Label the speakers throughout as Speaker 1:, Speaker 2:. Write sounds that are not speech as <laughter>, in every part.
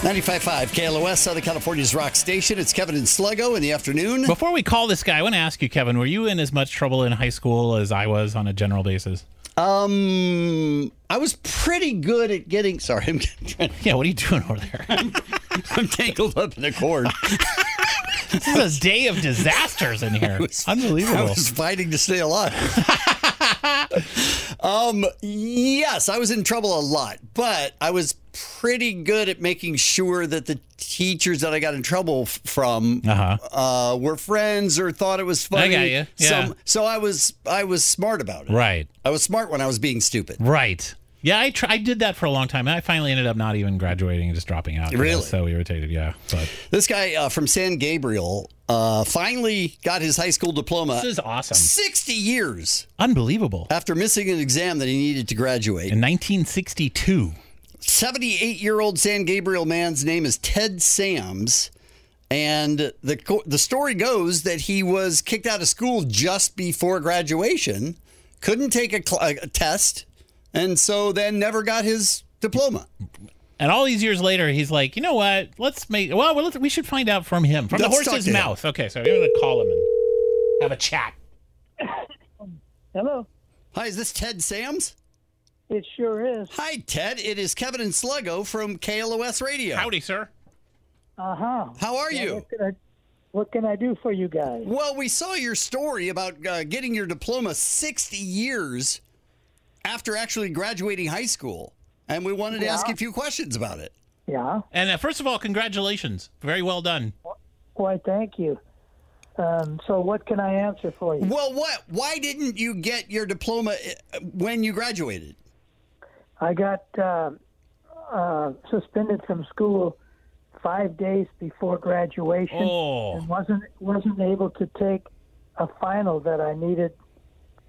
Speaker 1: 95.5 KLOS, Southern California's rock station. It's Kevin and Sluggo in the afternoon.
Speaker 2: Before we call this guy, I want to ask you, Kevin, were you in as much trouble in high school as I was on a general basis?
Speaker 1: Um, I was pretty good at getting. Sorry, I'm, getting- <laughs>
Speaker 2: Yeah, what are you doing over <laughs> there?
Speaker 1: I'm tangled up in a
Speaker 2: <laughs>
Speaker 1: cord.
Speaker 2: this is a day of disasters in <laughs> here.
Speaker 1: I
Speaker 2: Unbelievable.
Speaker 1: was fighting to stay alive. <laughs> um, yes, I was in trouble a lot, but I was pretty good at making sure that the teachers that I got in trouble f- from
Speaker 2: Uh-huh.
Speaker 1: uh, were friends or thought it was funny.
Speaker 2: got you. Yeah.
Speaker 1: Some- so I was I was smart about it.
Speaker 2: right,
Speaker 1: I was smart when I was being stupid.
Speaker 2: right. Yeah, I, tr- I did that for a long time, and I finally ended up not even graduating and just dropping out. 'cause I was
Speaker 1: Really?
Speaker 2: so irritated, yeah. But
Speaker 1: This guy uh, from San Gabriel uh, finally got his high school diploma
Speaker 2: this is awesome.
Speaker 1: 60 years
Speaker 2: Unbelievable.
Speaker 1: after missing an exam that he needed to graduate.
Speaker 2: In 1962.
Speaker 1: 78 year old San Gabriel man's name is Ted Sams. And the, co- the story goes that he was kicked out of school just before graduation, couldn't take a, cl- a test, and so then never got his diploma.
Speaker 2: And all these years later, he's like, you know what? Let's make. Well, let's, we should find out from him, from
Speaker 1: Let's
Speaker 2: the
Speaker 1: talk
Speaker 2: horse's
Speaker 1: to him.
Speaker 2: mouth. Okay, so I'm going to call him and have a chat.
Speaker 3: Hello.
Speaker 1: Hi, is this Ted Sams?
Speaker 3: It sure is.
Speaker 1: Hi, Ted. It is Kevin and Sluggo from KLOS Radio.
Speaker 2: Howdy, sir.
Speaker 3: Uh huh.
Speaker 1: How are you?
Speaker 3: What can I, what can I do for you guys?
Speaker 1: Well, we saw your story about uh, getting your diploma 60 years after actually graduating high school, and we wanted to ask you a few questions about it.
Speaker 3: Yeah.
Speaker 2: And uh, first of all, congratulations. Very well done.
Speaker 3: Why, thank you. Um, so, what can I answer for you?
Speaker 1: Well, what? Why didn't you get your diploma uh, when you graduated?
Speaker 3: I got uh, uh, suspended from school five days before graduation
Speaker 2: Oh.
Speaker 3: and wasn't wasn't able to take a final that I needed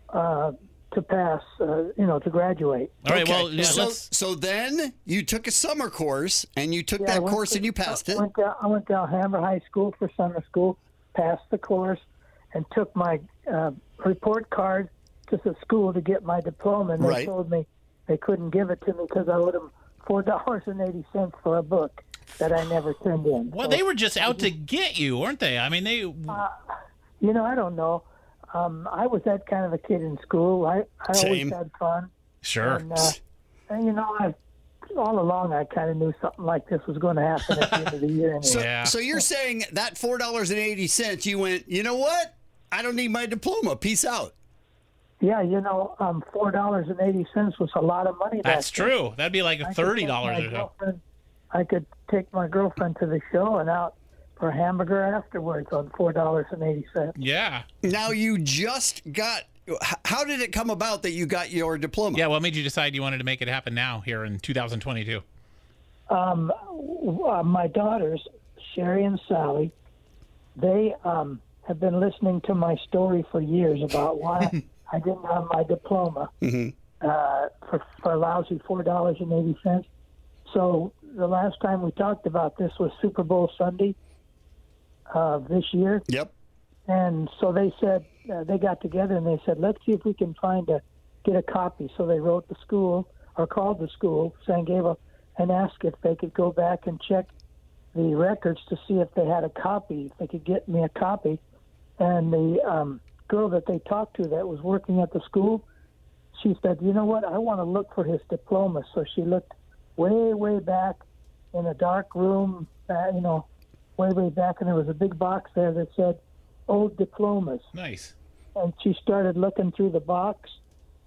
Speaker 3: uh, to pass. Uh, you know, to graduate.
Speaker 2: All right, well, yeah,
Speaker 1: so,
Speaker 2: let's.
Speaker 1: so then you took a summer course, and you took
Speaker 3: I
Speaker 1: that
Speaker 3: went
Speaker 1: course,
Speaker 3: to-
Speaker 1: and you passed
Speaker 3: I
Speaker 1: it.
Speaker 3: Went down, I went down Hammer High School for summer school, passed the course, and took my uh, report card to the school to get my diploma. And they
Speaker 1: Right.
Speaker 3: told me they couldn't give it to me because I owed them four <laughs> dollars and eighty cents for a book that I never turned in.
Speaker 2: Well,
Speaker 3: So,
Speaker 2: they were just out to get you, weren't they? I mean, they.
Speaker 3: you know, I don't know. Um, I was that kind of a kid in school. I, I
Speaker 1: Same.
Speaker 3: always had fun.
Speaker 2: Sure.
Speaker 3: And, uh, and you know, I all along I kind of knew something like this was going to happen at the end of the year. Anyway.
Speaker 1: <laughs> So,
Speaker 2: Yeah.
Speaker 1: so you're saying that four dollars and eighty cents? You went. You know what? I don't need my diploma. Peace out.
Speaker 3: Yeah, you know, um, four dollars and eighty cents was a lot of money. back
Speaker 2: That's
Speaker 3: then.
Speaker 2: true. That'd be like
Speaker 3: I could take
Speaker 2: thirty dollars
Speaker 3: my
Speaker 2: or so.
Speaker 3: girlfriend- I could take my girlfriend to the show and out for a hamburger afterwards on four dollars and eighty cents.
Speaker 2: Yeah.
Speaker 1: Now you just got. h- How did it come about that you got your diploma?
Speaker 2: Yeah. What made you decide you wanted to make it happen now, here in 2022?
Speaker 3: Um, w- uh, my daughters, Sherry and Sally, they um, have been listening to my story for years about why I didn't have my diploma uh, for, for a lousy four dollars and eighty cents. So the last time we talked about this was Super Bowl Sunday uh, this year,
Speaker 1: Yep.
Speaker 3: and so they said uh, they got together and they said, "Let's see if we can find a get a copy." So they wrote the school or called the school, San Gabriel, and asked if they could go back and check the records to see if they had a copy, if they could get me a copy. And the um, girl that they talked to that was working at the school, she said, "You know what? I want to look for his diploma." So she looked way, way back in a dark room, uh, you know, way, way back, and there was a big box there that said old diplomas.
Speaker 2: Nice.
Speaker 3: And she started looking through the box,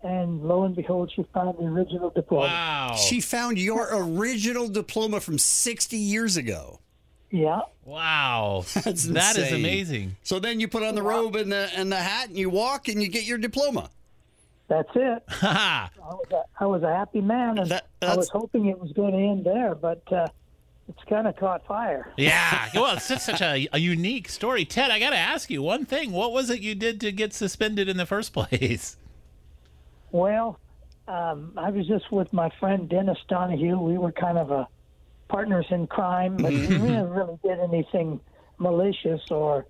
Speaker 3: and lo and behold, she found the original diploma.
Speaker 2: Wow.
Speaker 1: She found your original diploma from 60 years ago.
Speaker 3: Yeah,
Speaker 2: Wow. That's
Speaker 1: insane.
Speaker 2: amazing. <laughs>
Speaker 1: So then you put on the robe and the and the hat and you walk and you get your diploma.
Speaker 3: that's it.
Speaker 2: Ha
Speaker 3: I was a, I was a happy man, and
Speaker 1: That-
Speaker 3: I
Speaker 1: that's-
Speaker 3: was hoping it was going to end there, but uh, it's kind of caught fire.
Speaker 2: Yeah. Well, it's just such a, a unique story, Ted. I got to ask you one thing. What was it you did to get suspended in the first <laughs> place?
Speaker 3: Well, um, I was just with my friend Dennis Donahue. We were kind of a partners in crime, but we never really did anything malicious or,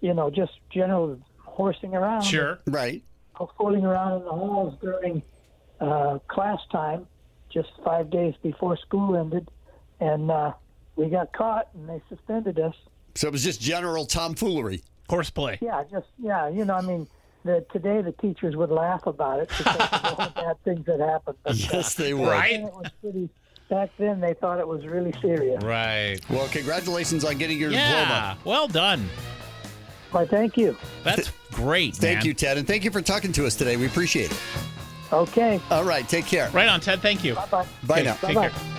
Speaker 3: you know, just general horsing around.
Speaker 2: Sure.
Speaker 1: Right.
Speaker 3: or fooling around in the halls during uh, class time, just five days before school ended, and uh, we got caught and they suspended us.
Speaker 1: So it was just general tomfoolery.
Speaker 2: Horseplay.
Speaker 3: Yeah, just yeah, you know, I mean, the, today the teachers would laugh about it because of all the bad things that happened.
Speaker 1: <laughs>
Speaker 3: But
Speaker 1: Yes, they were.
Speaker 3: back then
Speaker 2: Right.
Speaker 3: it was pretty. Back then they thought it was really serious.
Speaker 2: Right.
Speaker 1: Well, congratulations on getting your diploma.
Speaker 2: Yeah. Well done.
Speaker 3: Why, thank you.
Speaker 2: That's
Speaker 1: <laughs>
Speaker 2: great.
Speaker 1: Thank
Speaker 2: man.
Speaker 1: you, Ted, and thank you for talking to us today. We appreciate it.
Speaker 3: Okay,
Speaker 1: All right, take care.
Speaker 2: Right on, Ted. Thank you.
Speaker 3: bye bye.
Speaker 1: Bye now.
Speaker 2: Take
Speaker 3: Bye-bye.
Speaker 2: care.